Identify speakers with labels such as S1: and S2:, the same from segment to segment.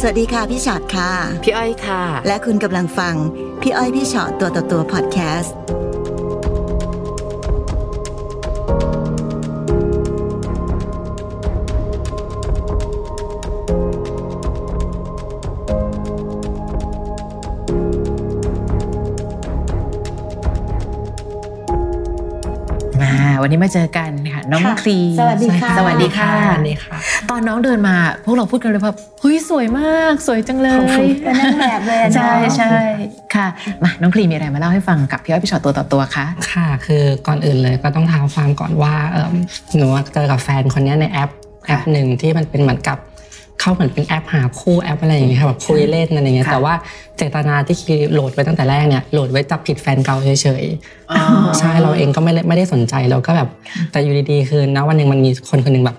S1: สวัสดีค่ะพี่ชอตค่ะ
S2: พี่อ้อยค่ะ
S1: และคุณกำลังฟัง พี่อ้อยพี่ชอตตัวต่อตัวพอดแคสต์
S2: มาวันนี้มาเจอกันค่ะน้อง
S1: ค่ะ
S2: คลี
S1: สวัสดีค่ะ
S2: สวัสดีค่ะ
S3: สวัสดีค่ะ
S2: ตอนน้องเดินมา พวกเราพูดกันเลยว่าเฮ้ยสวยมาก สวยจังเลย
S3: ขอบคุณ
S1: เป็นนางแบบเลย
S2: ใช่ใช่ค่ะมาน้องคลีมีอะไรมาเล่าให้ฟังกับพี่อ้อยพี่ชอตตัวต่อตัวคะ
S3: ค่ะ คือก่อนอื่นเลยก็ต้องเท้าความก่อนว่าเอิ่มหนูเจอกับแฟนคนเนี้ยในแอปแอปหนึ่งที่มันเป็นเหมือนกับเขาเหมือนเป็นแอปหาคู่แอปอะไรอย่างเงี้ยค่ะแบบคุยเล่นอะไรอย่างเงี้ยแต่ว่าเจตนาที่คือโหลดไว้ตั้งแต่แรกเนี่ยโหลดไว้จับผิดแฟนเก่าเฉยๆใช่เราเองก็ไม่ได้ไม่ได้สนใจเราก็แบบแต่อยู่ดีๆคือนะวันหนึ่งมันมีคนคนหนึ่งแบบ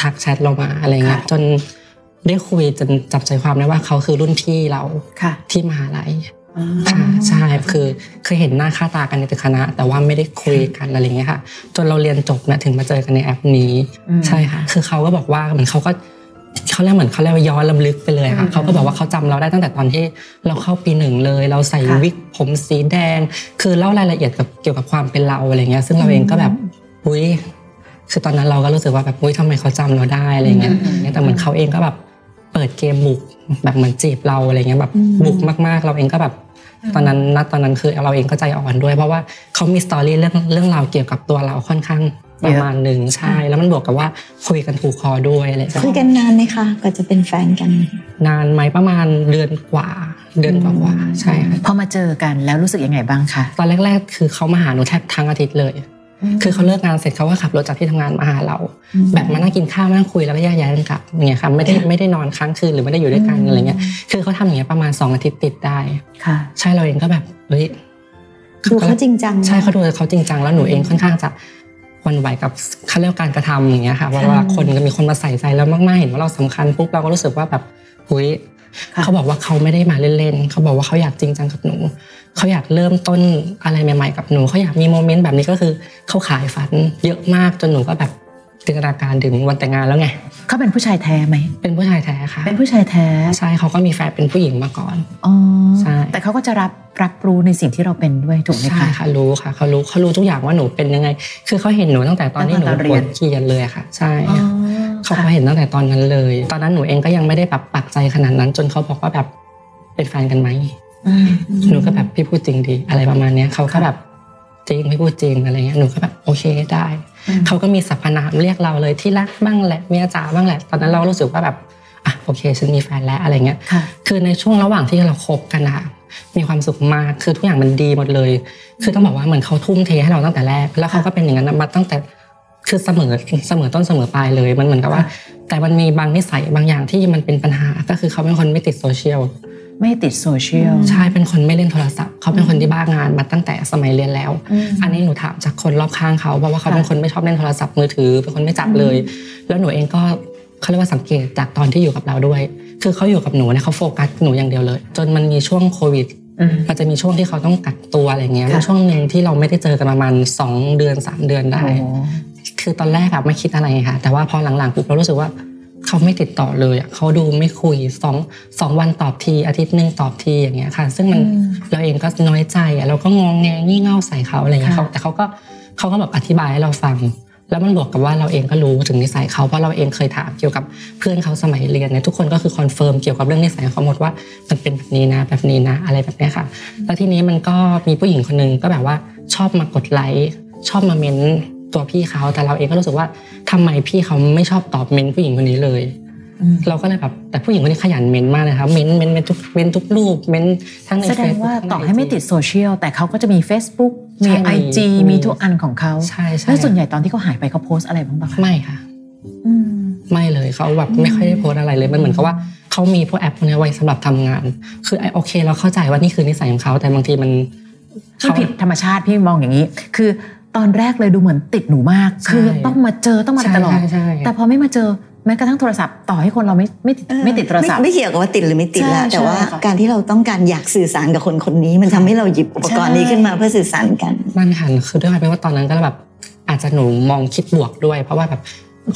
S3: ทักแชทเรามาอะไรเงี้ยจนได้คุยจนจับใจความได้ว่าเขาคือรุ่นพี่เรา
S2: ค่ะ
S3: ที่มหาลัย
S2: อ๋อ
S3: ค่ะใช่คือเคยเห็นหน้าค่าตากันในตึกคณะ แต่ว่าไม่ได้คุยกันอะไรอย่างเงี้ยค่ะ จนเราเรียนจบเนี่ยถึงมาเจอกันในแอปนี้
S2: อืม
S3: ใช่ค่ะ คือเขาก็บอกว่าเหมือนเขาก็เขาเรียกเหมือนเขาเรียกว่าย้อนลำลึกไปเลย
S2: อื
S3: ค่ะ
S2: ม
S3: เขาก็บอกว่าเขาจำเราได้ตั้งแต่ตอนที่เราเข้าปีหนึ่งเลย เราใส่
S2: ค่ะ
S3: วิกผมสีแดง คือเล่ารายละเอียดกับเกี่ยวกับความเป็นเราอะไรเงี้ย ซึ่งเราเองก็แบบอุ้ยคือตอนนั้นเราก็รู้สึกว่าแบบอุ้ยทำไมเขาจำเราได้อะไรเงี้ย
S2: อืม
S3: แต่เหมือนเขาเองก็แบบเปิดเกมบุกแบบเหมือนจีบเราอะไรเงี้ยแบบบุกมากๆ เราเองก็แบบ ตอนนั้นณตอนนั้นคือเราเองก็ใจอ่อนด้วย เพราะว่าเขามีสตอรี่เรื่องเรื่องราวเกี่ยวกับตัวเราค่อนข้างประมาณหนึ่งใช่ แล้วมันบวกกับว่าคุยกันถูกคอด้วยอะไรแบบ
S4: คุยกันนานไหมคะกว่าจะเป็นแฟนกัน
S3: นานไหมประมาณเดือนกว่า เดือนกว่าๆใช่ค่ะ
S2: พอมาเจอกันแล้วรู้สึกยังไงบ้างคะ
S3: ตอนแรก ๆ คือเขามาหาหนูแทบทั้งอาทิตย์เลย คือเขาเลิกงานเสร็จเขาก็ขับรถจากที่ทำงานมาหาเรา แบบมานั่งกินข้าวมานั่งคุยแล้วก็แยกย้ายกันกลับอย่างเงี้ยค่ะไม่ได้ไม่ได้นอนค้างคืนหรือไม่ได้อยู่ด้วยกันอะไรเงี้ยคือเขาทำอย่างเงี้ยประมาณสองอาทิตย์ติดได้
S2: ค่ะ
S3: ใช่เราเองก็แบบเฮ้ย
S4: ดูเขาจริงจัง
S3: ใช่เขาดูเขาจริงจังแล้วหนูเองค่อนข้างจะหวันไหวกับเขาเรียกว่าการกระทำอย่างเงี้ยค่ะเวลาคนมีคนมาใส่ใจแล้วมากๆเห็นว่าเราสำคัญปุ๊บเราก็รู้สึกว่าแบบหุย
S2: ค่ะ
S3: เขาบอกว่าเขาไม่ได้มาเล่นๆเขาบอกว่าเขาอยากจริงจังกับหนูเขาอยากเริ่มต้นอะไรใหม่ ๆ กับหนูเขาอยากมีโมเมนต์แบบนี้ก็คือเขาขายฝันเยอะมากจนหนูก็แบบจินตนาการถึงวันแต่งงานแล้วไง
S2: เขาเป็นผู้ชายแท้ไหม
S3: เป็นผู้ชายแท้ค่ะ
S2: เป็นผู้ชายแท้
S3: ใช่เขาก็มีแฟนเป็นผู้หญิงมาก่อน
S2: อ๋อ
S3: ใช่
S2: แต่เขาก็จะรับรับรู้ในสิ่งที่เราเป็นด้วยถูกไหม
S3: ใช่
S2: คะ
S3: ค่ะรู้ค่ะเขารู้เขารู้ทุกอย่างว่าหนูเป็นยังไง คือเขาเห็นหนูตั้งแต่ตอนที่หนู
S2: ตั้งแต่ตอนเรี
S3: ปวย
S2: น
S3: ดเกียนเลยอะค่ะ ใช่
S2: อ๋อ
S3: เขา
S2: ค่ะ
S3: เขาเห็นตั้งแต่ตอนนั้นเลย ตอนนั้นหนูเองก็ยังไม่ได้แบบปักใจขนาดนั้น จนเขาบอกว่าแบบเป็นแฟนกันไหมหนูก็แบบพี่พูดจริงดีอะไรประมาณเนี้ยเขาก็แบบจริงพี่พูดจริงอะไรเงี้ยหนูก็แบบโอเคได้
S2: อืม
S3: เขาก็มีสรรพนามเรียกเราเลยที่รักบ้างแหละเมียจ๋าบ้างแหละ ตอนนั้นเราก็รู้สึกว่าแบบอ่ะโอเคฉันมีแฟนแล้วอะไรเงี้ย
S2: ค่ะ
S3: คือในช่วงระหว่างที่เราคบกันนะคะมีความสุขมากคือทุกอย่างมันดีหมดเลย คือต้องบอกว่าเหมือนเขาทุ่มเทให้เราตั้งแต่แรก แล้วเขาก็เป็นอย่างนั้นมาตั้งแต่คือเสมอเสมอต้นเสมอปลายเลยมันเหมือนกับว่า แต่มันมีบางนิสัยบางอย่างที่มันเป็นปัญหา ก็คือเขาเป็นคนไม่ติดโซเชียล
S2: ไม่ติดโซเชียล
S3: ใช่เป็นคนไม่เล่นโทรศัพท์เขาเป็นคนที่บ้างานมาตั้งแต่สมัยเรียนแล้ว อันนี้หนูถามจากคนรอบข้างเขาเพราะว่าเขา
S2: ค่ะ
S3: เป็นคนไม่ชอบเล่นโทรศัพท์มือถือเป็นคนไม่จับเลย แล้วหนูเองก็เขาเรียกว่าสังเกตจากตอนที่อยู่กับเราด้วย คือเขาอยู่กับหนูเนี่ยเขาโฟกัสหนูอย่างเดียวเลย จนมันมีช่วงโควิด
S2: อืม
S3: มันจะมีช่วงที่เขาต้องกักตัวอะไรเงี้ย
S2: ค่ะ
S3: มันช่วงหนึ่งที่เราไม่ได้เจอกันประมาณสองเดือนสามเดือนได้
S2: โอ้โห
S3: คือตอนแรกอะไม่คิดอะไรค่ะ แต่ว่าพอหลังๆปุ๊บเรารู้สึกว่าเขาไม่ติดต่อเลยอะเขาดูไม่คุยสองสองวันตอบทีอาทิตย์หนึ่งตอบทีอย่างเงี้ยค่ะ ซึ่งมันเราเองก็น้อยใจอะเราก็งองแงงี่เง่าใส่เขาอะไรเงี้ยเขาแต่เขาก็เขาก็แบบอธิบายให้เราฟัง แล้วมันบวกกับว่าเราเองก็รู้ถึงนิสัยเขาเพราะเราเองเคยถามเกี่ยวกับเพื่อนเขาสมัยเรียนเนี่ยทุกคนก็คือคอนเฟิร์มเกี่ยวกับเรื่องนิสัยของเขาหมดว่ามันเป็นแบบนี้นะ แบบนี้นะอะไรแบบเนี้ยค่ะ แล้วทีนี้มันก็มีผู้หญิงคนหนึงก็แบบว่าชอบมากดไลค์ชอบมาเม้นตัวพี่เขาแต่เราเองก็รู้สึกว่าทำไมพี่เขาไม่ชอบตอบเม้นผู้หญิงคนนี้เลย
S2: อืม
S3: เราก็เลยแบบแต่ผู้หญิงคนนี้ขยันเม้นมากนะคะเม้นเม้นเม้นทุกเม้นทุกรูปเม้นทั้งใน
S2: แสดง
S3: Facebook
S2: ว่า
S3: ทั้งน
S2: ต่อให้ไม่
S3: IG
S2: ติดโซเชียลแต่เขาก็จะมี Facebook มี
S3: ใช่มี
S2: IG
S3: มี
S2: มีทุกอันของเขา
S3: ใช่ใช่
S2: แล้วส่วนใหญ่ตอนที่เขาหายไปเขาโพสต์อะไรบ้างปะคะ
S3: ไม่ค่ะ
S2: อืม
S3: ไม่เลยเขาแบบไม่ค่อยได้โพสต์อะไรเลยมันเหมือนกับว่าเขามีพวกแอปพวกนี้ไว้สำหรับทำงาน คือไอ้โอเค เราเข้าใจว่านี่คือนิสัยของเขาแต่บางทีมัน
S2: พี่
S3: เขา
S2: ผิดธรรมชาติพี่มองอย่างนี้ คือตอนแรกเลยดูเหมือนติดหนูมาก
S3: ใช่
S2: คือต้องมาเจอต้องมาอะไร
S3: ใช่
S2: ตลอด
S3: ใช่ใช่
S2: แต่พอไม่มาเจอแม้กระทั่งโทรศัพท์ต่อให้คนเราไม่ไม่ติด
S4: เออ
S2: ไม่ติดโทรศัพท์
S4: ไม่เกี่ยวกับว่าติดหรือไม่ติด
S2: ใช่
S4: ละแต่ว่า
S2: ใช่ค่ะ
S4: การที่เราต้องการอยากสื่อสารกับคนคนนี้ มันทำให้เราหยิบอุปกรณ์นี้
S2: ใช่
S4: ขึ้นมาเพื่อสื่อสารกัน
S3: นั่นค่ะคือด้วยความที่ว่าตอนนั้นก็แบบอาจจะหนูมองคิดบวกด้วย เพราะว่าแบบ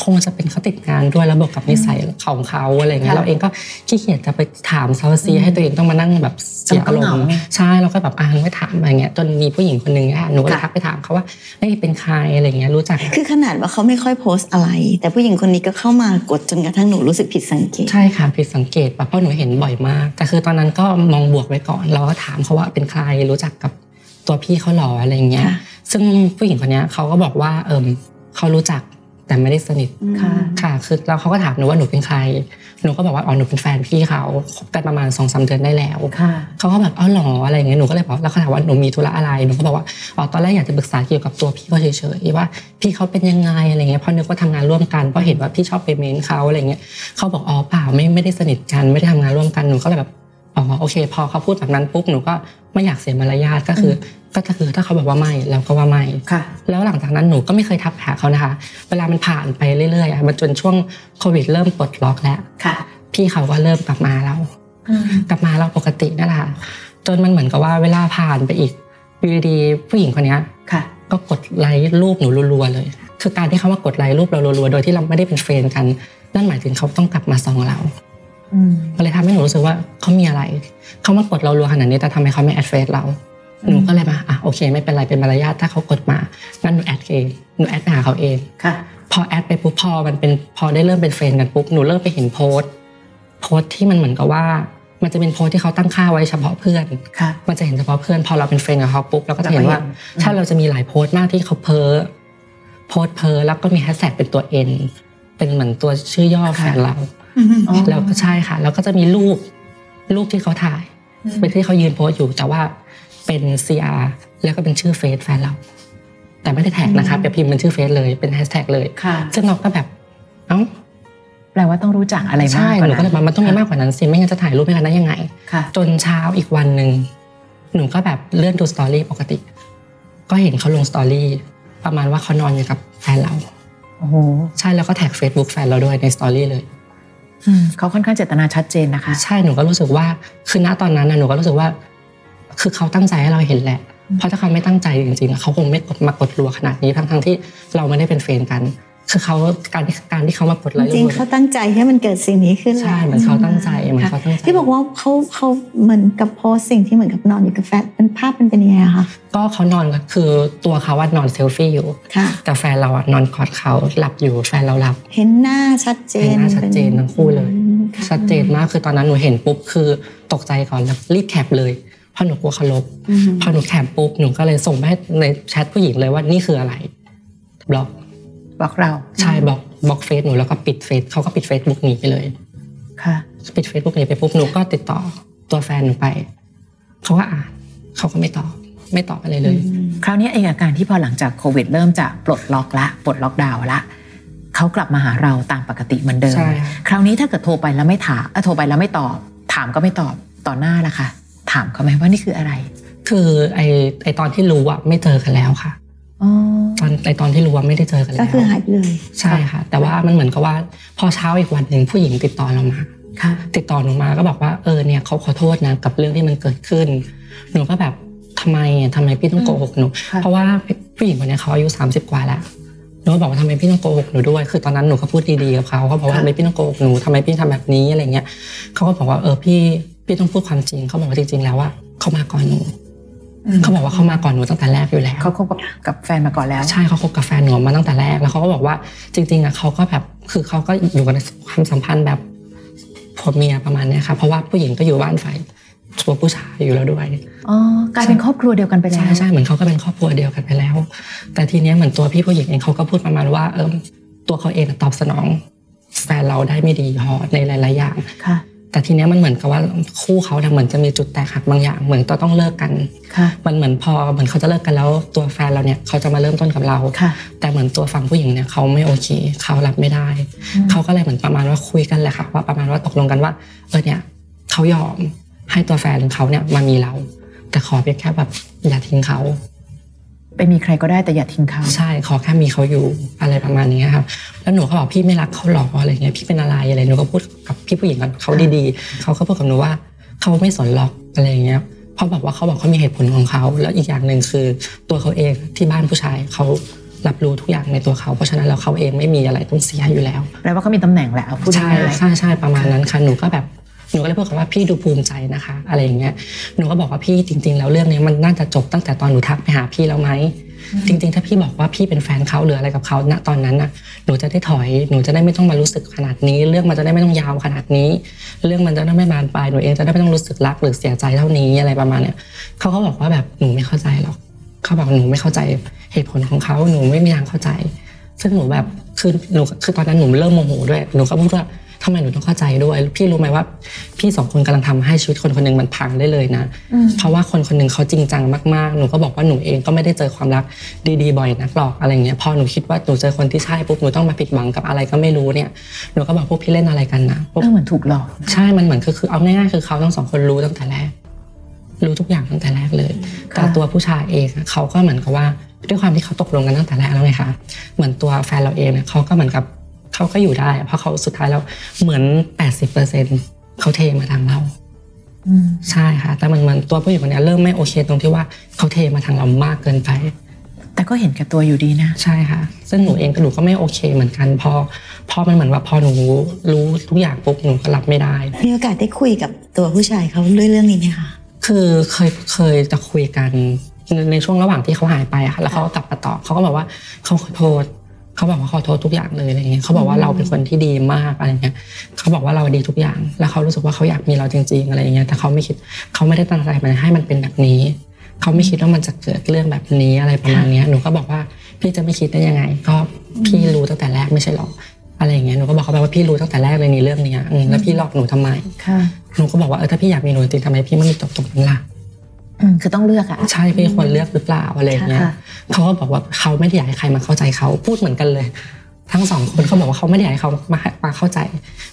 S3: คงจะเป็นเขาติดงานด้วยแล้วบวกกับนิสัยของเขาอะไรเงี้ย
S2: ค่ะ
S3: เราเองก็ขี้เกียจจะไปถามเขาซี
S2: อืม
S3: ให้ตัวเองต้องมานั่งแบบเสียอารม
S2: เราก็
S3: ณ์
S2: เหงา
S3: ใช่เราก็แบบอ่านไม่ถามอะไรเงี้ยจนมีผู้หญิงคนหนึ่งอะหนูก็เลย
S2: ค่ะ
S3: ทักไปถามเขาว่าเฮ้ยเป็นใครอะไรเงี้ยรู้จัก
S4: คือขนาดว่าเขาไม่ค่อยโพสต์อะไร แต่ผู้หญิงคนนี้ก็เข้ามากดจนกระทั่งหนูรู้สึกผิดสังเกต
S3: ใช่ค่ะผิดสังเกตป่ะเพราะหนูเห็นบ่อยมาก แต่คือตอนนั้นก็มองบวกไว้ก่อนแล้วก็ถามเขาว่าเป็นใครรู้จักกับตัวพี่เขาหรออะไรเงี้ย
S4: ค่ะ
S3: ซึ่งผู้หญิงคนเนี้ยเขาก็บอกว่าเอมเขารู้จักแต่ไม่ได้สนิท
S2: ค่ะ
S3: ค่ะ คือแล้วเขาก็ถามหนูว่าหนูเป็นใคร หนูก็บอกว่าอ๋อหนูเป็นแฟนพี่เขาคบกันประมาณสองสามเดือนได้แล้ว
S2: ค่ะ
S3: เขาก็แบบเอ้าหรออะไรอย่างเงี้ยหนูก็เลยบอกแล้วเขาถามว่าหนูมีธุระอะไรหนูก็บอกว่าอ๋อตอนแรกอยากจะปรึกษาเกี่ยวกับตัวพี่เขาเฉยๆว่าพี่เขาเป็นยังไงอะไรเงี้ยเพราะนึกว่าทำงานร่วมกันเพราะเห็นว่าพี่ชอบไปเมนเขาอะไรเงี้ยเขาบอกอ๋อเปล่าไม่ไม่ได้สนิทกันไม่ได้ทำงานร่วมกันหนูก็เลยแบบอ๋อโอเค พอเขาพูดแบบนั้นปุ๊บหนูก็ไม่อยากเสียมารยาทก็คืออก็คือถ้าเขาบอกว่าไม่เราก็ว่าไม่
S2: ค่ะ
S3: แล้วหลังจากนั้นหนูก็ไม่เคยทักหาเขานะคะ เวลามันผ่านไปเรื่อยๆอะมันจนช่วงโควิดเริ่มปลดล็อกแล้ว
S2: ค่ะ
S3: พี่เขาก็เริ่มกลับมาแล้ว
S2: อืม
S3: กลับมาเราปกตินั่นแหละค่ะจนมันเหมือนกับว่าเวลาผ่านไปอีกอยู่ดีๆผู้หญิงคนเนี้ย
S2: ค่ะ
S3: ก็กดไลค์รูปหนูรัวๆเลย คือการที่เขามากดไลค์รูปเรารัวๆโดยที่เราไม่ได้เป็นเฟรนด์กัน นั่นหมายถึงเขาต้องกลับมาส่องเรา
S2: อืม
S3: ก็เลยทำให้หนูรู้สึกว่าเขามีอะไรเขามากดเรารัวขนาดนี้แต่ทำไมเขาไม่แอดเฟซเรา
S2: อืม
S3: หนูก็เลยมาอ่ะโอเค ไม่เป็นไรเป็นมารยาทถ้าเขากดมางั้นหนูแอดเองหนูแอดไปหาเขาเอง
S2: ค่ะ
S3: พอแอดไปปุ๊บพอมันเป็นพอได้เริ่มเป็นเฟรนด์กันปุ๊บหนูเริ่มไปเห็นโพสต์โพสต์ที่มันเหมือนกับว่า มันจะเป็นโพสต์ที่เขาตั้งค่าไว้เฉพาะเพื่อน
S2: ค่ะ
S3: มันจะเห็นเฉพาะเพื่อน พอเราเป็นเฟรนด์กับเขาปุ๊บเราก็จะเห็นว่า
S2: เราก็เห็น
S3: ถ้าเราจะมีหลายโพสต์มากที่เขาเพ้อโพสต์เพ้อแล้วก็มีแฮชแท็กเป็นตัวเอ็นเป็นเหมือนตัวชื่อย่อแฟนเรา
S2: อ๋อ
S3: แล้วก็ใช่ค่ะ แล้วก็จะมีรูปรูปที่เขาถ่าย เป็นที่เขายืนโพสต์อยู่แต่ว่าเป็น CR แล้วก็เป็นชื่อเฟซแฟนเรา แต่ไม่ได้แท็กนะคะแต่พิมพ์เป็นชื่อเฟซเลยเป็นแฮชแท็กเลย
S2: ค่ะ
S3: ซึ่งเราก็แบบ เอ้า
S2: แปลว่าต้องรู้จักอะไรมาก
S3: ใช่
S2: กว่า
S3: หนูก็
S2: นั้
S3: เลยบอกมันต้องมีมากกว่านั้นสิไม่งั้นจะถ่ายรูปไม่กันได้ยังไง
S2: ค่ะ
S3: จนเช้าอีกวันหนึ่งหนูก็แบบเลื่อนดูสตอรี่ปกติ ก็เห็นเขาลงสตอรี่ประมาณว่าเขานอนอยู่กับแฟนเรา
S2: โอ้โห
S3: ใช่แล้วก็แท็ก Facebook แฟนเราด้วยในสตอรี่เลย
S2: อืมเขาค่อนข้างเจตนาชัดเจนนะคะ
S3: ใช่หนูก็รู้สึกว่าคือณตอนนั้นนะหนูก็รู้สึกว่า คือเขาตั้งใจให้เราเห็นแหละ
S2: อืม
S3: เพราะถ้าเขาไม่ตั้งใจจริงๆอะเขาคงไม่กดมากดรัวขนาดนี้ทั้งๆที่เราไม่ได้เป็นเฟรนด์กัน คือเขาการที่การที่เขามากดไลค์
S4: จริงๆเขาตั้งใจให้มันเกิดสิ่งนี้ขึ้นแหละ
S3: ใช่เหมือนเขาตั้งใจเหมือนเขาตั้งใจ
S4: ที่บอกว่าเขาเขาเหมือนกับโพสต์สิ่งที่เหมือนกับนอนอยู่กับแฟนเป็นภาพมันเป็นยังไงอะคะ
S3: ก็เขานอนก็คือตัวเขาว่านอนเซลฟี่อยู่
S4: ค่ะ
S3: แต่แฟนเราอะนอนกอดเขาหลับอยู่แฟนเราหลับ
S4: เห็นหน้าชัดเจน
S3: เห็นหน้าชัดเจนทั้งคู่เลย
S4: อืมค่ะ
S3: ชัดเจนมากคือตอนนั้นหนูเห็นปุ๊บคือตกใจก่อนแล้วรีบแคปเลยเพราะหนูกลัวเขาลบพอหนูแคปปุ๊บหนูก็เลยส่งไปให้ในแชทผู้หญิงเลยว่านี่คืออะไรบล็อก
S2: บอกเรา
S3: ใช่บล็อกบล็อกเฟซหนูแล้วก็ปิดเฟซเขาก็ปิดเฟซบุ๊กหนีไปเลย
S2: ค่ะ
S3: ปิดเฟซบุ๊กหนีไปปุ๊บหนูก็ติดต่อตัวแฟนหนูไปเขาก็อ่านเขาก็ไม่ตอบไม่ตอบอะไรเลย
S2: คราวนี้เองอาการที่พอหลังจากโควิดเริ่มจะปลดล็อกละปลดล็อกดาวน์ละเขากลับมาหาเราตามปกติเหมือนเดิม
S3: ใช่ค่ะ
S2: คราวนี้ถ้าเกิดโทรไปแล้วไม่ถามเอ่อโทรไปแล้วไม่ตอบ ถามก็ไม่ตอบต่อหน้าละค่ะ ถามเขาไหมว่านี่คืออะไร
S3: คือไอไอตอนที่รู้อะไม่เจอกันแล้วค่ะ
S2: อ๋อ
S3: ตอนไอตอนที่รู้ว่าไม่ได้เจอกันแล้ว
S4: ก็คือหายไปเลย
S3: ใช่ค่ะ แต่ว่ามันเหมือนกับว่า พอเช้าอีกวันหนึ่งผู้หญิงติดต่อเรามา
S2: ค่ะ
S3: ติดต่อหนูมาก็บอกว่าเออเนี่ยเขาขอโทษนะกับเรื่องที่มันเกิดขึ้น หนูก็แบบทำไมอะทำไมพี่ต้องโกหกหนู
S2: ค่ะ
S3: เพราะว่าผู้หญิงคนเนี้ยเขาอายุ 30 กว่าแล้วหนูก็บอกว่าทำไมพี่ต้องโกหกหนูด้วย คือตอนนั้นหนูก็พูดดีๆกับเขาเขาบอกว่าทำไมพี่ต้องโกหกหนูทำไมพี่ทำแบบนี้อะไรเงี้ยเขาก็บอกว่าเออพี่พี่ต้องพูดความจริงเขาบอกว่าจริงๆแล้วว่าเขามาก่อนหนูเขาบอกว่าเขามาก่อนหนูตั้งแต่แรกอยู่แล้ว
S2: เขาคบกับกับแฟนมาก่อนแล้ว
S3: ใช่เขาคบกับแฟนหนูมาตั้งแต่แรกแล้วเขาก็บอกว่าจริงๆอ่ะเขาก็แบบคือเขาก็อยู่กันในความสัมพันธ์แบบผัวเมียประมาณเนี้ยค่ะเพราะว่าผู้หญิงก็อยู่บ้านฝ่ายตัวผู้ชายอยู่แล้วด้วย
S2: อ๋อกลายเป็นครอบครัวเดียวกันไปแล้
S3: ใช่
S2: ว
S3: ใช่เหมือนเขาก็เป็นครอบครัวเดียวกันไปแล้ว แต่ทีเนี้ยเหมือนตัวพี่ผู้หญิงเองเขาก็พูดประมาณว่าเออตัวเขาเองอะตอบสนองแฟนเราได้ไม่ดีพอในหลายๆอย่าง
S2: ค่ะ
S3: แต่ทีเนี้ยมันเหมือนกับว่าคู่เขาเนี่ยเหมือนจะมีจุดแตกหักบางอย่าง เหมือนจะต้องเลิกกัน
S2: ค่ะ
S3: มันเหมือนพอเหมือนเขาจะเลิกกันแล้ว ตัวแฟนเราเนี่ยเขาจะมาเริ่มต้นกับเรา
S2: ค่ะ
S3: แต่เหมือนตัวฝั่งผู้หญิงเนี่ยเขาไม่โอเคเขารับไม่ได้
S2: อืม
S3: เขาก็เลยเหมือนประมาณว่าคุยกันแหละค่ะว่าประมาณว่าตกลงกันว่าเออเนี่ยเขายอมให้ตัวแฟนเขาเนี่ยมามีเรา แต่ขอเพียงแค่แบบอย่าทิ้งเขา
S2: ไปมีใครก็ได้แต่อย่าทิ้งเขา
S3: ใช่ขอแค่มีเขาอยู่อะไรประมาณนี้ครับแล้วหนูก็บอกพี่ไม่รักเขาหรอกอะไรเงี้ยพี่เป็นอะไรอะไรหนูก็พูดกับพี่ผู้หญิงกับเขาดีๆเขาก็พูดกับหนูว่าเขาไม่สนหรอกอะไรเงี้ยเพราะบอกว่าเขาบอกเขามีเหตุผลของเขาแล้วอีกอย่างหนึ่งคือตัวเขาเองที่บ้านผู้ชายเขา รับรู้ทุกอย่างในตัวเขา เพราะฉะนั้นแล้วเขาเองไม่มีอะไรต้องเสียอยู่แล้ว
S2: แปลว่าเขามีตำแหน่งแหละเอาพูด
S3: ใช่
S2: ง่ายๆ
S3: ใช่ใช่ประมาณนั้นค่ะหนูก็แบบหนูก็เลยพูดกับว่าพี่ดูภูมิใจนะคะ อะไรอย่างเงี้ยหนูก็บอกว่าพี่จริง ๆ แล้วเรื่องเนี้ยมันน่าจะจบตั้งแต่ตอนหนูทักไปหาพี่แล้วไหมจริง ๆ ถ้าพี่บอกว่าพี่เป็นแฟนเขาหรืออะไรกับเขาณตอนนั้นน่ะหนูจะได้ถอยหนูจะได้ไม่ต้องมารู้สึกขนาดนี้ เรื่องมันจะได้ไม่ต้องยาวขนาดนี้ เรื่องมันจะได้ไม่บานปลายหนูเองจะได้ไม่ต้องรู้สึกรักหรือเสียใจเท่านี้อะไรประมาณเนี้ยเขาก็บอกว่าแบบหนูไม่เข้าใจหรอกเขาบอกหนูไม่เข้าใจเหตุผลของเขาหนูไม่มีทางเข้าใจ ซึ่งหนูแบบคือหนูคือตอนนั้นหนูเริ่มโมโหด้วยหนูก็พูดว่าทำไมหนูต้องเข้าใจด้วย พี่รู้ไหมว่า พี่สองคนกำลังทำให้ชีวิตคนคนหนึ่งมันพังได้เลยนะ เพราะว่าคนคนหนึ่งเขาจริงจังมากๆ หนูก็บอกว่าหนูเองก็ไม่ได้เจอความรักดีๆบ่อยนักหรอกอะไรเงี้ยพอหนูคิดว่าหนูเจอคนที่ใช่ปุ๊บหนูต้องมาผิดหวังกับอะไรก็ไม่รู้เนี่ยหนูก็บอกพวกพี่เล่นอะไรกันนะพวก
S2: เออเหมือนถูกหลอก
S3: ใช่ มันเหมือนคือคือเอาง่ายๆ คือเขาทั้งสองคนรู้ตั้งแต่แรก รู้ทุกอย่างตั้งแต่แรกเลย แต่
S2: ค่ะ
S3: ตัวผู้ชายเองอะเขาก็เหมือนกับว่าด้วยความที่เขาตกลงกันตั้งแต่แรกแล้วไงคะ เหมือนตัวแฟนเราเองเนี่ยเขาก็เหมือนกับเขาก็อยู่ได้อะเพราะเขาสุดท้ายแล้วเหมือน 80เปอร์เซ็นเขาเทมาทางเรา ใช่ค่ะ แต่มันเหมือนตัวผู้หญิงคนเนี้ยเริ่มไม่โอเคตรงที่ว่าเขาเทมาทางเรามากเกินไป
S2: แต่ก็เห็นแก่ตัวอยู่ดีนะ
S3: ใช่ค่ะ ซึ่งหนูเองก็หนูก็ไม่โอเคเหมือนกัน พอ พอมันเหมือนว่าพอหนูรู้ทุกอย่างปุ๊บหนูก็รับไม่ได้
S4: มีโอกาสได้คุยกับตัวผู้ชายเขาด้วยเรื่องนี้ไหมคะ
S3: คือเคยเคยจะคุยกันในในช่วงระหว่างที่เขาหายไปอะค่ะแล้วเขาก็กลับมาตอบเขาก็บอกว่าเขาขอโทษเขาบอกว่าขอโทษทุกอย่างเลยอะไรเงี้ยเขาบอกว่าเราเป็นคนที่ดีมากอะไรเงี้ยเขาบอกว่าเราดีทุกอย่าง แล้วเขารู้สึกว่าเขาอยากมีเราจริง ๆ อะไรเงี้ยแต่เขาไม่คิดเขาไม่ได้ตั้งใจมันให้มันเป็นแบบนี้ เขาไม่คิดว่ามันจะเกิดเรื่องแบบนี้อะไรประมาณเนี้ยหนูก็บอกว่าพี่จะไม่คิดได้ยังไง ก็พี่รู้ตั้งแต่แรกไม่ใช่หรออะไรอย่างเงี้ยหนูก็บอกเขาไปว่าพี่รู้ตั้งแต่แรกเลยในเรื่องเนี้ยอืมแล้วพี่หลอกหนูทำไม
S2: ค่ะ
S3: หนูก็บอกว่าเออถ้าพี่อยากมีหนูจริงๆทำไมพี่ไม่มีตกตรงนั้นล่ะ
S2: คือต้องเลือกอะ
S3: ใช่พี่ควรเลือกหรือเปล่าอะไรอย่างเงี้ย
S2: ค่ะ
S3: เขาก็บอกว่าเขาไม่ได้อยากให้ใครมาเข้าใจเขาพูดเหมือนกันเลย ทั้งสองคนเขาบอกว่าเขาไม่ได้อยากให้เขามามาเข้าใจ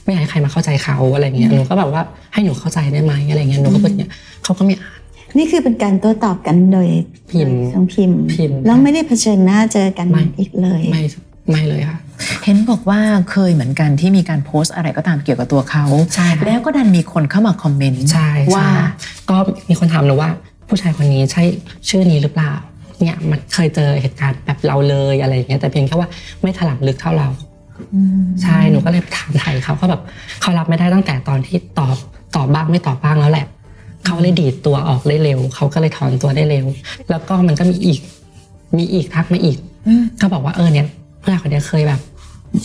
S3: ไม่อยากให้ใครมาเข้าใจเขาอะไรอย่างเงี้ยหนูก็แบบว่าให้หนูเข้าใจได้ไหมอะไรอย่างเงี้ยหนูก็พูดอย่างเงี้ยเขาก็ไม่อ่าน
S4: นี่คือเป็นการโต้ตอบกันโดย
S3: พิมพ์
S4: ทางพิมพ์
S3: พิมพ์
S4: แล้วไม่ได้เผชิญหน้าเจอกัน
S3: ไม่
S4: อีกเลย
S3: ไม่ไม่เลยค่ะ
S2: เห็นบอกว่าเคยเหมือนกันที่มีการโพสต์อะไรก็ตามเกี่ยวกับตัวเขา
S3: ใช่ค่ะ
S2: แล้วก็ดันมีคนเข้ามาคอมเมนต์
S3: ใช่
S2: ว่า
S3: ใช่ก็มีคนถามหนูว่าผู้ชายคนนี้ใช่ชื่อนี้หรือเปล่า เนี่ยมันเคยเจอเหตุการณ์แบบเราเลยอะไรอย่างเงี้ยแต่เพียงแค่ว่าไม่ถลำลึกเท่าเรา ใช่หนูก็เลยถามไทยเขาเขาแบบเขารับไม่ได้ตั้งแต่ตอนที่ตอบตอบบ้างไม่ตอบบ้างแล้วแหละเขาเลยดีดตัวออกได้เร็วเขาก็เลยถอนตัวได้เร็ว แล้วก็มันก็มีอีก มีอีกทักมาอีก
S2: อืม
S3: เขาบอกว่าเออเนี่ยเพื่อนคนเนี้ยเคยแบบ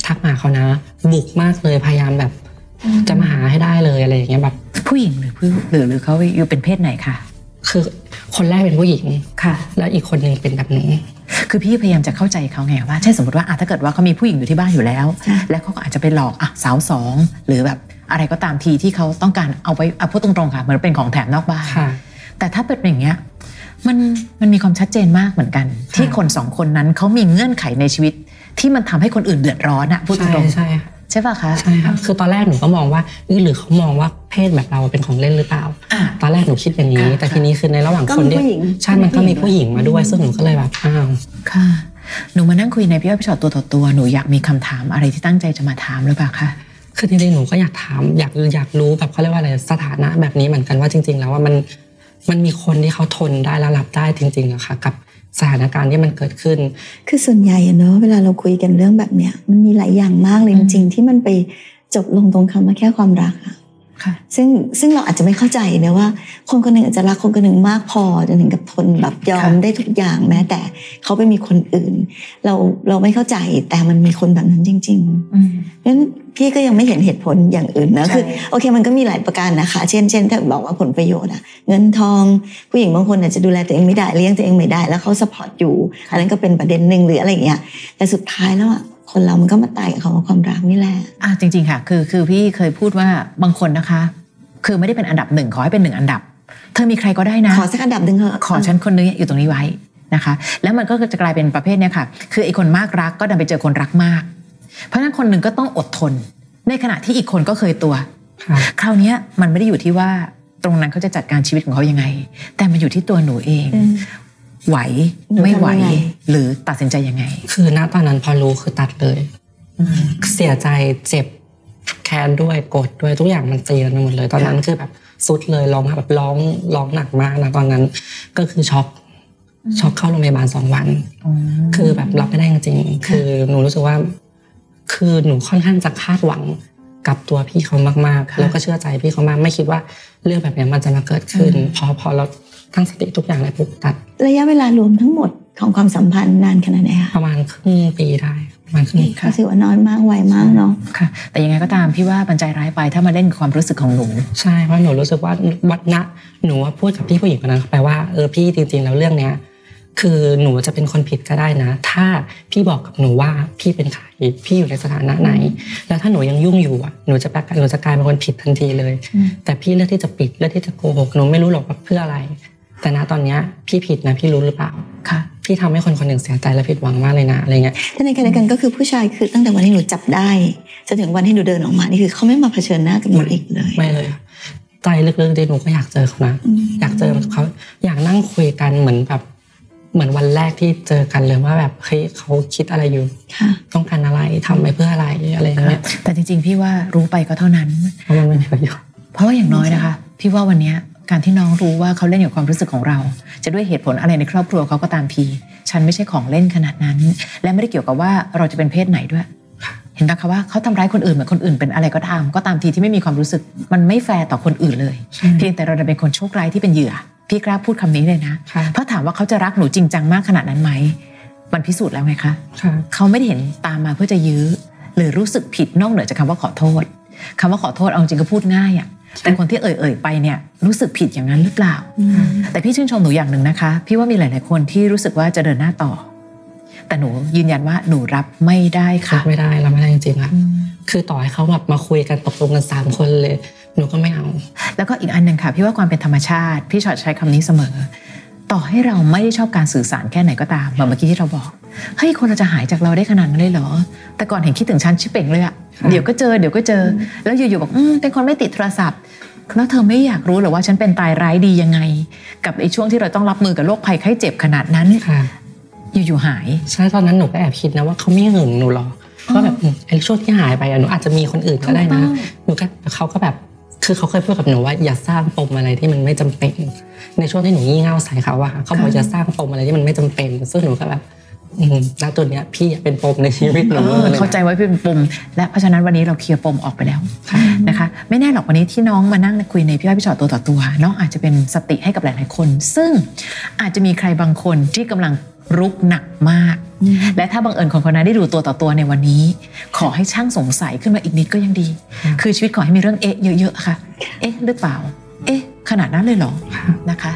S3: ทักมาหาเขานะบุกมากเลยพยายามแบบ จะมาหาให้ได้เลยอะไรอย่างเงี้ยแบบ
S2: ผู้หญิงหรือผู้หรือหรือเขาอยู่เป็นเพศไหนคะ
S3: คือคนแรกเป็นผู้หญิง
S2: ค่ะ
S3: แล้วอีกคนหนึ่งเป็นแบบหนู
S2: คือพี่พยายามจะเข้าใจเขาไงว่าใช่นสมมติว่าอ่ะถ้าเกิดว่าเขามีผู้หญิงอยู่ที่บ้านอยู่แล้ว
S4: ค่ะ
S2: แล้วเขาก็อาจจะไปหลอกอ่ะสาวสองหรือแบบอะไรก็ตามทีที่เขาต้องการเอาไว้อ่ะพูดตรงๆค่ะเหมือนเป็นของแถมนอกบ้าน
S3: ค่ะ
S2: แต่ถ้าเป็นอย่างเงี้ยมันมันมีความชัดเจนมากเหมือนกัน ที่คนสองคนนั้นเขามีเงื่อนไขในชีวิต ที่มันทำให้คนอื่นเดือดร้อนอะพูดตรง
S3: ใช่ค่ะ
S2: ๆใช่ป่ะคะ
S3: ใช่ค่ะคือตอนแรกหนูก็มองว่าเอ้ยหรือเขามองว่าเพศแบบเราเป็นของเล่นหรือเปล่า
S2: อ่ะ
S3: ตอนแรกหนูคิดอย่างนี้
S2: ค่ะ
S3: แต่ทีนี้คือในระหว่าง
S4: ก็
S3: คน
S4: มี
S3: ที่
S4: ผู้หญิง
S3: ใช่มันก็มีผู้หญิงมาด้วย ซึ่งหนูก็เลยแบบอ้าว
S2: ค่ะ หนูมานั่งคุยในพี่อ้อยพี่ชอตตัวต่อตัวหนูอยากมีคำถามอะไรที่ตั้งใจจะมาถามหรือเปล่าคะ
S3: คือจริงๆหนูก็อยากถามอยากอยากรู้แบบเขาเรียกว่าอะไรสถานะแบบนี้เหมือนกันว่าจริง ๆ แล้วว่ามันมันมีคนที่เขาทนได้และรับได้จริงๆอะค่ะ กับสถานการณ์ที่มันเกิดขึ้น
S4: คือส่วนใหญ่อะเนอะเวลาเราคุยกันเรื่องแบบเนี้ยมันมีหลายอย่างมากเลยจริงๆที่มันไปจบลงตรงคำว่าแค่ความรักอะ
S2: ค่ะ
S4: ซึ่งซึ่งเราอาจจะไม่เข้าใจนะว่า คนคนหนึ่งอาจจะรักคนคนหนึ่งมากพอจนถึงกับทนแบบยอม
S2: ค่ะ
S4: ได้ทุกอย่างแม้แต่เขาไปมีคนอื่น เราเราไม่เข้าใจแต่มันมีคนแบบนั้นจริง ๆ
S2: อืม
S4: งั้นพี่ก็ยังไม่เห็นเหตุผลอย่างอื่นนะ
S2: ใช่
S4: คือโอเคมันก็มีหลายประการนะคะ เช่นเช่นถ้าบอกว่าผลประโยชน์อะเงินทอง ผู้หญิงบางคนอาจจะดูแลตัวเองไม่ได้เลี้ยงตัวเองไม่ได้แล้วเขาสปอร์ตอยู่อันนั้นก็เป็นประเด็นหนึ่งหรืออะไรอย่างเงี้ยแต่สุดท้ายแล้วอะคนเรามันก็มาตายกับคำว่าความรักนี่แหละ
S2: อ่ะจริง ๆ ค่ะ คือคือพี่เคยพูดว่าบางคนนะคะ คือไม่ได้เป็นอันดับหนึ่งขอให้เป็นหนึ่งอันดับ เธอมีใครก็ได้นะ
S4: ขอสักอันดับหนึ่งเถอะ
S2: ขอฉันคนนึงอยู่ตรงนี้ไว้นะคะ แล้วมันก็จะกลายเป็นประเภทเนี้ยค่ะ คือไอ้คนมากรักก็ดันไปเจอคนรักมาก เพราะฉะนั้นคนหนึ่งก็ต้องอดทน ในขณะที่อีกคนก็เคยตัว
S3: ค่ะ
S2: คราวเนี้ยมันไม่ได้อยู่ที่ว่าตรงนั้นเขาจะจัดการชีวิตของเขายังไง แต่มันอยู่ที่ตัวหนูเอง
S4: อืม
S2: ไหวไม่ไหว
S4: หนูทำยังไง
S2: หรือตัดสินใจยังไง
S3: คือณตอนนั้นพอรู้คือตัดเลย เสียใจเจ็บแค้นด้วยโกรธด้วยทุกอย่างมันเตียนไปหมดเลย ตอนนั้นคือแบบสุดเลยร้องแบบร้องร้องหนักมากนะตอนนั้น ก็คือช็อก ช็อกเข้าโรงพยาบาลสองวัน คือแบบรับไม่ได้จริงๆคือหนูรู้สึกว่า คือหนูค่อนข้างจะคาดหวังกับตัวพี่เขามาก
S2: ค่ะ
S3: ๆ แล้วก็เชื่อใจพี่เขามากไม่คิดว่าเรื่องแบบเนี้ยมันจะมาเกิดขึ้น
S2: อืม
S3: พอพอเราตั้งสติทุกอย่างเลยปุ๊บตัด
S4: ระยะเวลารวมทั้งหมดของความสัมพันธ์นานขนาดไหน
S3: ป
S4: คะ
S3: ระมาณครึ่งปีได้ประมาณครึ่งปี
S4: ก็ถือว่าน้อยมากไวมากเนาะ
S2: ค่ะ แต่ยังไงก็ตามพี่ว่าบรรจัยร้ายไปถ้ามาเล่นความรู้สึกของหนู
S3: ใช่เพราะหนูรู้สึกว่าวัดนะหนูว่าพูดกับพี่ผู้หญิงคนนั้นไปว่าเออพี่จริง ๆ แล้วเรื่องเนี้ย คือหนูจะเป็นคนผิดก็ได้นะ ถ้าพี่บอกกับหนูว่าพี่เป็นใครพี่อยู่ในสถานะไหน แล้วถ้าหนูยังยุ่งอยู่อ่ะหนูจะแปลกหนูจะกลายเป็นคนผิดทันทีเลย
S2: อืม
S3: แต่พี่เลือกที่จะปิดเลือกที่จะโกหกหนูไม่รู้หรอกว่าเพื่ออะไร แต่ณตอนเนี้ยพี่ผิดนะพี่รู้หรือเปล่า
S2: ค่ะ
S3: พี่ทำให้คนคนหนึ่งเสียใจและผิดหวังมากเลยนะอะไรเงี้ย
S4: แต่ในขณะเดียวกันก็คือผู้ชายคือตั้งแต่วันที่หนูจับได้จนถึงวันที่หนูเดินออกมานี่คือเขาไม่มาเผชิญหน้ากับหนูอีกเลย
S3: ไม่เลยอะใจลึกๆดิหนูก็อยากเจอเขานะ
S4: ม
S3: อยากเจอเขาอยากนั่งคุยกันเหมือนแบบเหมือนวันแรกที่เจอกันเลยว่าแบบเฮ้ยเขาคิดอะไรอยู่
S4: ค่ะ
S3: ต้องการอะไรทำไปเพื่ออะไรอะไรอย่างเงี้ย
S2: แต่จริง ๆ พี่ว่ารู้ไปก็เท่านั้น
S3: เพราะมันไม่มีประโยชน์
S2: เพราะว่าอย่างน้อยนะคะ พี่ว่าวันเนี้ยการที่น้องรู้ว่าเขาเล่นกับความรู้สึกของเรา จะด้วยเหตุผลอะไรในครอบครัวเขาก็ตามทีฉันไม่ใช่ของเล่นขนาดนั้น และไม่ได้เกี่ยวกับว่าเราจะเป็นเพศไหนด้วย เห็นปะคะว่าเขาทำร้ายคนอื่นเหมือนคนอื่นเป็นอะไรก็ตาม ก็ตามทีที่ไม่มีความรู้สึก มันไม่แฟร์ต่อคนอื่นเลย เพียงแต่เราดันเป็นคนโชคร้ายที่เป็นเหยื่อ พี่กล้าพูดคำนี้เลยนะ
S3: ค่ะ
S2: เพราะถามว่าเขาจะรักหนูจริงจังมากขนาดนั้นไหมมันพิสูจน์แล้วไงคะ
S3: ค่ะ
S2: เขาไม่ได้เห็นตามมาเพื่อจะยื้อ หรือรู้สึกผิดนอกเหนือจากคำว่าขอโทษคำว่าขอโทษเอาจริงก็พูดง่ายอะแต่คนที่เอ่ยเอ่ยๆไปเนี่ยรู้สึกผิดอย่างนั้นหรือเปล่า แต่พี่ชื่นชมหนูอย่างหนึ่งนะคะ พี่ว่ามีหลายๆคนที่รู้สึกว่าจะเดินหน้าต่อ แต่หนูยืนยันว่าหนูรับไม่ได้
S3: รั
S2: ค่ะ
S3: บไม่ได้เราไม่ได้จริงๆค่ะคือต่อให้เขาแบบมาคุยกันตกลงกันสามคนเลย หนูก็ไม่เอา
S2: แล้วก็อีกอันหนึ่งค่ะ พี่ว่าความเป็นธรรมชาติ พี่ชอดใช้คำนี้เสมอ ต่อให้เราไม่ได้ชอบการสื่อสารแค่ไหนก็ตามเหมือนเมื่อกี้ที่เราบอกเฮ้ยคนเราจะหายจากเราได้ขนาดนั้นเลยเหรอ แต่ก่อนเห็นคิดถึงฉันชิเป่งเลยอะเดี๋ยวก็เจอเดี๋ยวก็เจอ แล้วอยู่ๆบอกอืมเป็นคนไม่ติดโทรศัพท์แล้วเธอไม่อยากรู้เหรอว่าฉันเป็นตายร้ายดียังไง กับไอ้ช่วงที่เราต้องรับมือกับโรคภัยไข้เจ็บขนาดนั้น
S3: ค่ะ
S2: อยู่ๆหาย
S3: ใช่ตอนนั้นหนูก็แอบคิดนะว่าเขาไม่หึงหนูหรอกก็แบบอืมไอ้ช่วงที่หายไปอะหนูอาจจะมีคนอื่นก็ได้นะ หนูก็เขาก็แบบคือเขาเคยพูดกับหนูว่าอย่าสร้างปมอะไรที่มันไม่จำเป็น ในช่วงที่หนูงี่เง่าใส่เขาอะค่ะเขาบอก
S2: ค่ะ
S3: อย่าสร้างปมอะไรที่มันไม่จำเป็น ซึ่งหนูก็แบบอืมแล้วตัวเนี้ยพี่อะเป็นปมในชีวิตหนู
S2: เออ
S3: ลยนะ
S2: เข้าใจไว้เป็นปมและเพราะฉะนั้นวันนี้เราเคลียร์ปมออกไปแล้วนะคะ ไม่แน่หรอกวันนี้ที่น้องมานั่งคุยในพี่ว่าพี่ชอตตัวต่อตัว น้องอาจจะเป็นสติให้กับหลายๆคน ซึ่งอาจจะมีใครบางคนที่กำลังรุกหนักมาก และถ้าบังเอิญคนคนนั้นได้ดูตัวต่อตัวในวันนี้ ขอให้ช่างสงสัยขึ้นมาอีกนิดก็ยังดี
S3: ค่ะ
S2: คือชีวิตขอให้มีเรื่องเอ๊ะเยอะๆค่ะ เอ๊ะหรือเปล่า เอ๊ะ ขนาดนั้นเลยเหรอนะคะ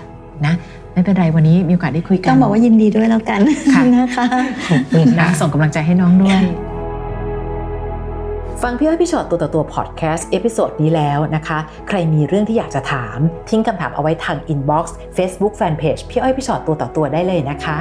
S2: นะไม่เป็นไรวันนี้มีโอกาสได้คุยกัน
S4: ต้องบอกว่ายินดีด้วยแล้วกัน
S2: ค่ะ
S4: นะคะ
S3: ขอบคุณ
S2: นะ
S3: ค่ะ
S2: ส่งกำลังใจให้น้องด้วย ฟังพี่อ้อยพี่ชอตตัวต่อตัวพอดแคสต์เอพิโซดนี้แล้วนะคะ ใครมีเรื่องที่อยากจะถาม ทิ้งคำถามเอาไว้ทางอินบ็อกซ์เฟซบุ๊กแฟนเพจพี่อ้อยพี่ชอตตัวต่อตัวได้เลยนะคะ